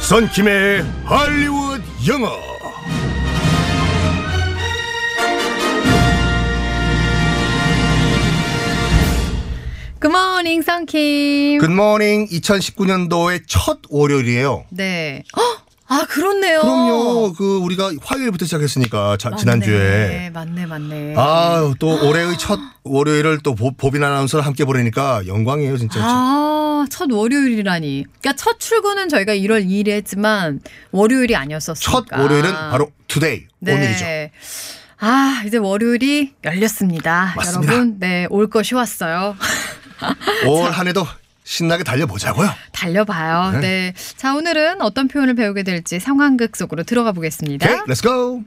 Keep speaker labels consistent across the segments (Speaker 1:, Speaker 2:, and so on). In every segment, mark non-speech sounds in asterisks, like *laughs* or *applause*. Speaker 1: 선킴의 할리우드 영어.
Speaker 2: 굿모닝 썬킴.
Speaker 1: 굿모닝 2019년도의 첫 월요일이에요.
Speaker 2: 네. 헉! 아 그렇네요.
Speaker 1: 그럼요. 그 우리가 화요일부터 시작했으니까 자-
Speaker 2: 어. 맞네.
Speaker 1: 지난주에.
Speaker 2: 맞네 맞네.
Speaker 1: 아, 또 올해의 첫 월요일을 또 보- 보빈 아나운서랑 함께 보내니까 영광이에요, 진짜.
Speaker 2: 아, 첫 월요일이라니. 그러니까 첫 출근은 저희가 1월 2일에 했지만 월요일이
Speaker 1: 첫
Speaker 2: 아니었었으니까.
Speaker 1: 월요일은 바로 today,
Speaker 2: 그러니까. 네.
Speaker 1: 오늘이죠.
Speaker 2: 아, 이제 월요일이 열렸습니다.
Speaker 1: 맞습니다.
Speaker 2: 여러분, 네, 올 것이 왔어요. *laughs*
Speaker 1: 올 한 해도 신나게 달려보자고요.
Speaker 2: 달려봐요.
Speaker 1: 네.
Speaker 2: 네. 자, 오늘은 어떤 표현을 배우게 될지 상황극 속으로 들어가 보겠습니다.
Speaker 1: 오케이, let's go.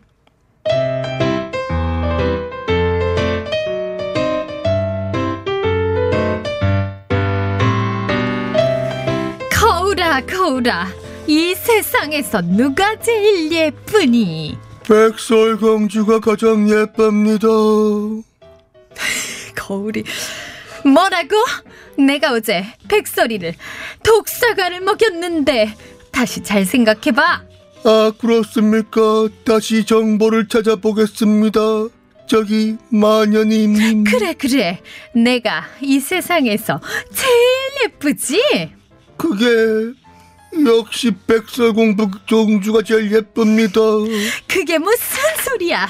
Speaker 2: 거울아, 거울아. 이 세상에서 누가 제일 예쁘니?
Speaker 1: 백설공주가 가장 예쁩니다.
Speaker 2: 거울이 뭐라고? 내가 어제 백설이를 독사과를 먹였는데 다시 잘 생각해봐.
Speaker 1: 아, 그렇습니까? 다시 정보를 찾아보겠습니다. 저기, 마녀님.
Speaker 2: 그래 그래 내가 이 세상에서 제일 예쁘지?
Speaker 1: 그게, 역시 백설공주가 제일 예쁩니다.
Speaker 2: 그게 무슨 소리야?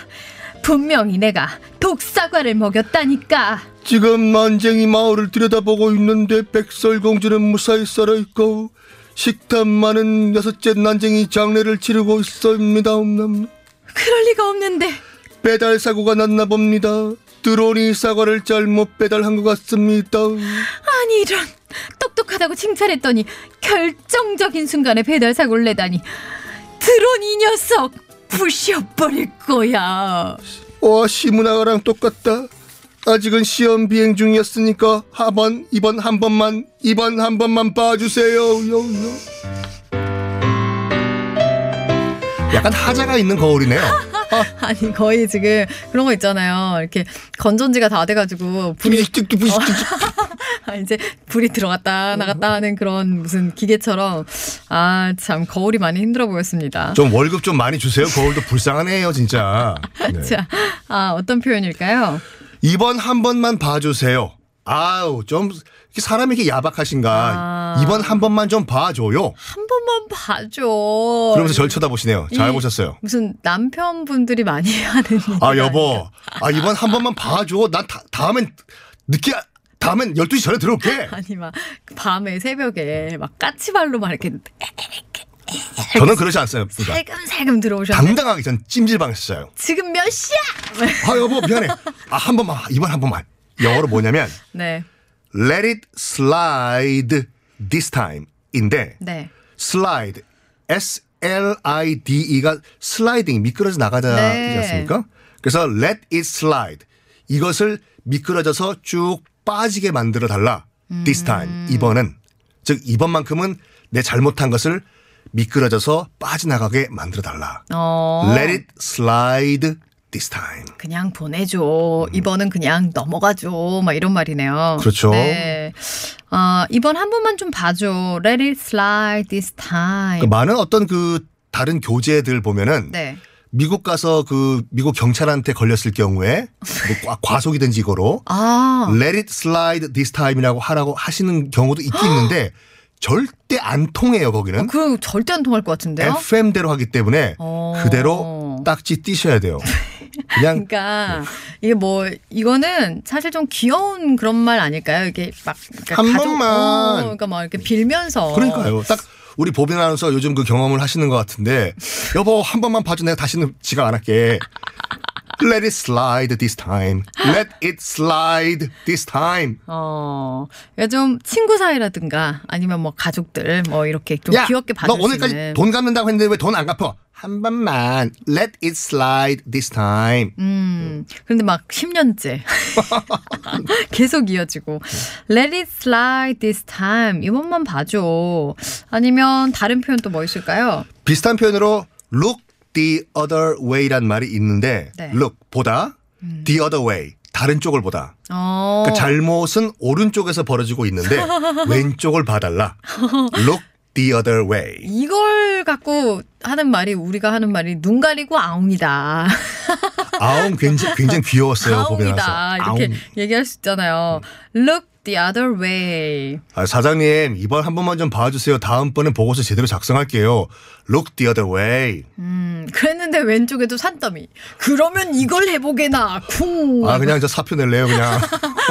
Speaker 2: 분명히 내가 독사과를 먹였다니까.
Speaker 1: 지금 만쟁이 마을을 들여다보고 있는데 백설공주는 무사히 살아있고, 식탐 많은 여섯째 난쟁이 장례를 치르고 있습니다. 음,
Speaker 2: 그럴 리가 없는데
Speaker 1: 배달 사고가 났나 봅니다. 드론이 사과를 잘못 배달한 것 같습니다.
Speaker 2: 아니 이런 똑똑하다고 칭찬했더니 결정적인 순간에 배달 사고를 내다니 드론 이 녀석 부셔버릴
Speaker 1: 아.
Speaker 2: 거야.
Speaker 1: 와 시문학아랑 똑같다. 아직은 시험 비행 중이었으니까 한 번, 이번 한 번만, 이번 한 번만 봐주세요. 요, 요. 약간 하자가 있는
Speaker 2: *laughs*
Speaker 1: 거울이네요.
Speaker 2: 아니 거의 지금 그런 거 있잖아요. 이렇게 건전지가 다 돼가지고 *laughs* 불이 아, 이제 불이 들어갔다 나갔다 하는 그런 무슨 기계처럼 아 참 거울이 많이 힘들어 보였습니다.
Speaker 1: 좀 월급 좀 많이 주세요. 거울도 불쌍하네요, 진짜. 네.
Speaker 2: 자, 아 어떤 표현일까요?
Speaker 1: 이번 한 번만 봐주세요. 아우 좀 이렇게 사람이 이렇게 야박하신가.
Speaker 2: 아.
Speaker 1: 이번 한 번만 좀 봐줘요.
Speaker 2: 한 번만 봐줘.
Speaker 1: 그러면서 절 쳐다보시네요. 잘
Speaker 2: 이-
Speaker 1: 보셨어요.
Speaker 2: 무슨 남편분들이 많이 *laughs* 하는
Speaker 1: 아
Speaker 2: 얘기가
Speaker 1: 여보, 아 이번 한 번만 봐줘. 난 다, 다음엔 늦게 다음엔 12시 전에 들어올게.
Speaker 2: *laughs* 아니 막 밤에 새벽에 막 까치발로 막
Speaker 1: 네.
Speaker 2: 이렇게
Speaker 1: 저는 그러지 않습니다.
Speaker 2: 살금살금 들어오셨는데
Speaker 1: 당당하게 전 찜질방 했어요.
Speaker 2: 지금 몇 시야? *laughs*
Speaker 1: 아 여보 미안해. 아 한 번만 이번 한 번만. 영어로 뭐냐면
Speaker 2: 네,
Speaker 1: Let it slide this time인데
Speaker 2: 네.
Speaker 1: slide S L I D E가 슬라이딩 미끄러져 나가지
Speaker 2: 네.
Speaker 1: 않습니까? 그래서 let it slide 이것을 미끄러져서 쭉 빠지게 만들어 달라. This
Speaker 2: 음.
Speaker 1: time 이번은 즉 이번만큼은 내 잘못한 것을 미끄러져서 빠져나가게 만들어 달라.
Speaker 2: 어. 네.
Speaker 1: Let it slide this time.
Speaker 2: 그냥 보내줘. 이번은 그냥 넘어가줘. 막 이런
Speaker 1: 음.
Speaker 2: 말이네요.
Speaker 1: 그렇죠.
Speaker 2: 네. 아, 이번 한 번만 좀 봐줘. Let it slide this time.
Speaker 1: 그 많은 어떤 그 다른 교재들 보면은
Speaker 2: 네.
Speaker 1: 미국 가서 그 미국 경찰한테 걸렸을 경우에 뭐 과- 과속이든지 이거로
Speaker 2: 아,
Speaker 1: Let it slide this time이라고 하라고 하시는 경우도 있긴 있는데 절대 안 통해요 거기는
Speaker 2: 그 절대 안 통할 것 같은데요?
Speaker 1: FM대로 하기 때문에
Speaker 2: 어.
Speaker 1: 그대로 딱지 뛰셔야 돼요.
Speaker 2: *laughs*
Speaker 1: 그냥
Speaker 2: 그러니까
Speaker 1: 네.
Speaker 2: 이게 뭐 이거는 사실 좀 귀여운 그런 말 아닐까요? 이게 막 그러니까
Speaker 1: 한
Speaker 2: 가족-
Speaker 1: 번만.
Speaker 2: 어, 그러니까 막 이렇게 빌면서
Speaker 1: 그러니까요. 딱
Speaker 2: 어.
Speaker 1: 우리 보빈 아나운서 요즘 그 경험을 하시는 것 같은데 여보 한 번만 봐줘 내가 다시는 지각 안 할게. Let it slide this time. Let it slide this time.
Speaker 2: 어, 그러니까 좀 친구 사이라든가 아니면 뭐 가족들 뭐 이렇게 좀
Speaker 1: 야,
Speaker 2: 귀엽게 봐줄
Speaker 1: 너
Speaker 2: 수
Speaker 1: 오늘까지
Speaker 2: 있는.
Speaker 1: 돈 갚는다고 했는데 왜 돈 안 갚아? 한 번만. Let it slide this time.
Speaker 2: 음, 그런데 막 10년째 *laughs* 계속 이어지고 Let it slide this time 이번만 봐줘 아니면 다른 표현 또 뭐 있을까요?
Speaker 1: 비슷한 표현으로 look the other way란 말이 있는데
Speaker 2: 네. 음.
Speaker 1: look 보다 the other way 다른 쪽을 보다
Speaker 2: 어,
Speaker 1: 그러니까 잘못은 오른쪽에서
Speaker 2: *laughs*
Speaker 1: 벌어지고 있는데 왼쪽을 봐달라 look the other way
Speaker 2: 이걸 갖고 하는 말이 우리가 하는 말이 눈 가리고 아웅이다.
Speaker 1: 아웅 굉장히, 굉장히 귀여웠어요. 보고 나서.
Speaker 2: *laughs* 아웅이다. 이렇게
Speaker 1: 아웅. 음.
Speaker 2: 얘기할 수 있잖아요. Look the other way.
Speaker 1: 아, 사장님 이번 한 번만 좀 봐주세요. 다음번엔 보고서 제대로 작성할게요. Look the other way.
Speaker 2: 음, 그랬는데 왼쪽에도 산더미. 그러면 이걸 해보게나. 쿵.
Speaker 1: 아 그냥 저 사표 낼래요 그냥.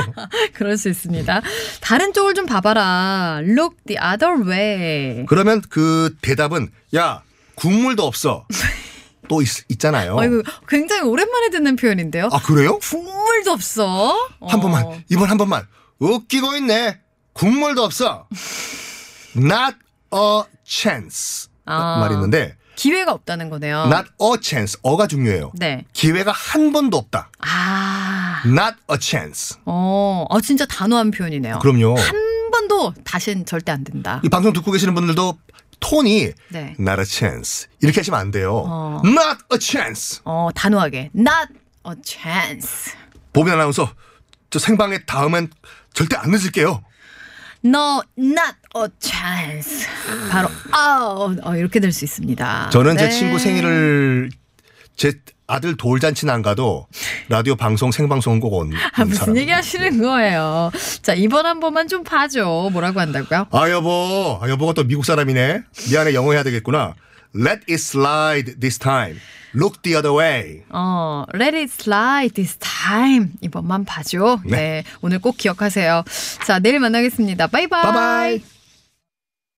Speaker 2: *laughs* 그럴 수 있습니다. 다른 쪽을 좀 봐봐라. Look the other way.
Speaker 1: 그러면 그 대답은 야 국물도
Speaker 2: *laughs*
Speaker 1: 없어. 또 있, 잖아요
Speaker 2: 아이고, 굉장히 오랜만에 듣는 표현인데요.
Speaker 1: 어. 아 그래요?
Speaker 2: 국물도 없어.
Speaker 1: 한
Speaker 2: 어.
Speaker 1: 번만 이번 한 번만 웃기고 있네. 국물도 없어. Not a chance.
Speaker 2: 아. 어.
Speaker 1: 말 있는데
Speaker 2: 기회가 없다는 거네요.
Speaker 1: not a chance. 어가 중요해요.
Speaker 2: 네.
Speaker 1: 기회가 한 번도 없다.
Speaker 2: 아.
Speaker 1: Not a chance.
Speaker 2: 어, 어, 진짜 단호한 표현이네요.
Speaker 1: 그럼요.
Speaker 2: 한 번도 다신 절대 안 된다.
Speaker 1: 이 방송 듣고 계시는 분들도 톤이
Speaker 2: 네.
Speaker 1: not a chance 이렇게 하시면 안 돼요.
Speaker 2: 어.
Speaker 1: not a chance.
Speaker 2: 어, 단호하게. Not a chance.
Speaker 1: 보빈 아나운서 저 생방에 다음엔 절대 안 늦을게요.
Speaker 2: No, not a chance. 바로 아웃. 어, 이렇게 될 수 있습니다.
Speaker 1: 저는 제
Speaker 2: 네.
Speaker 1: 친구 생일을 제 아들 돌잔치는 안 가도 라디오 방송 생방송 꼭 온.
Speaker 2: 아, 무슨 얘기 하시는 거예요? 자, 이번 한 번만 좀 봐줘. 뭐라고 한다고요?
Speaker 1: 아 여보, 아, 여보가 또 미국 사람이네. 미안해 영어 해야 되겠구나. Let it slide this time. Look the other way.
Speaker 2: 어, let it slide this time. 이번만 봐줘. 네.
Speaker 1: 네.
Speaker 2: 오늘 꼭 기억하세요. 자, 내일 만나겠습니다. 바이바이.
Speaker 1: 바이바이.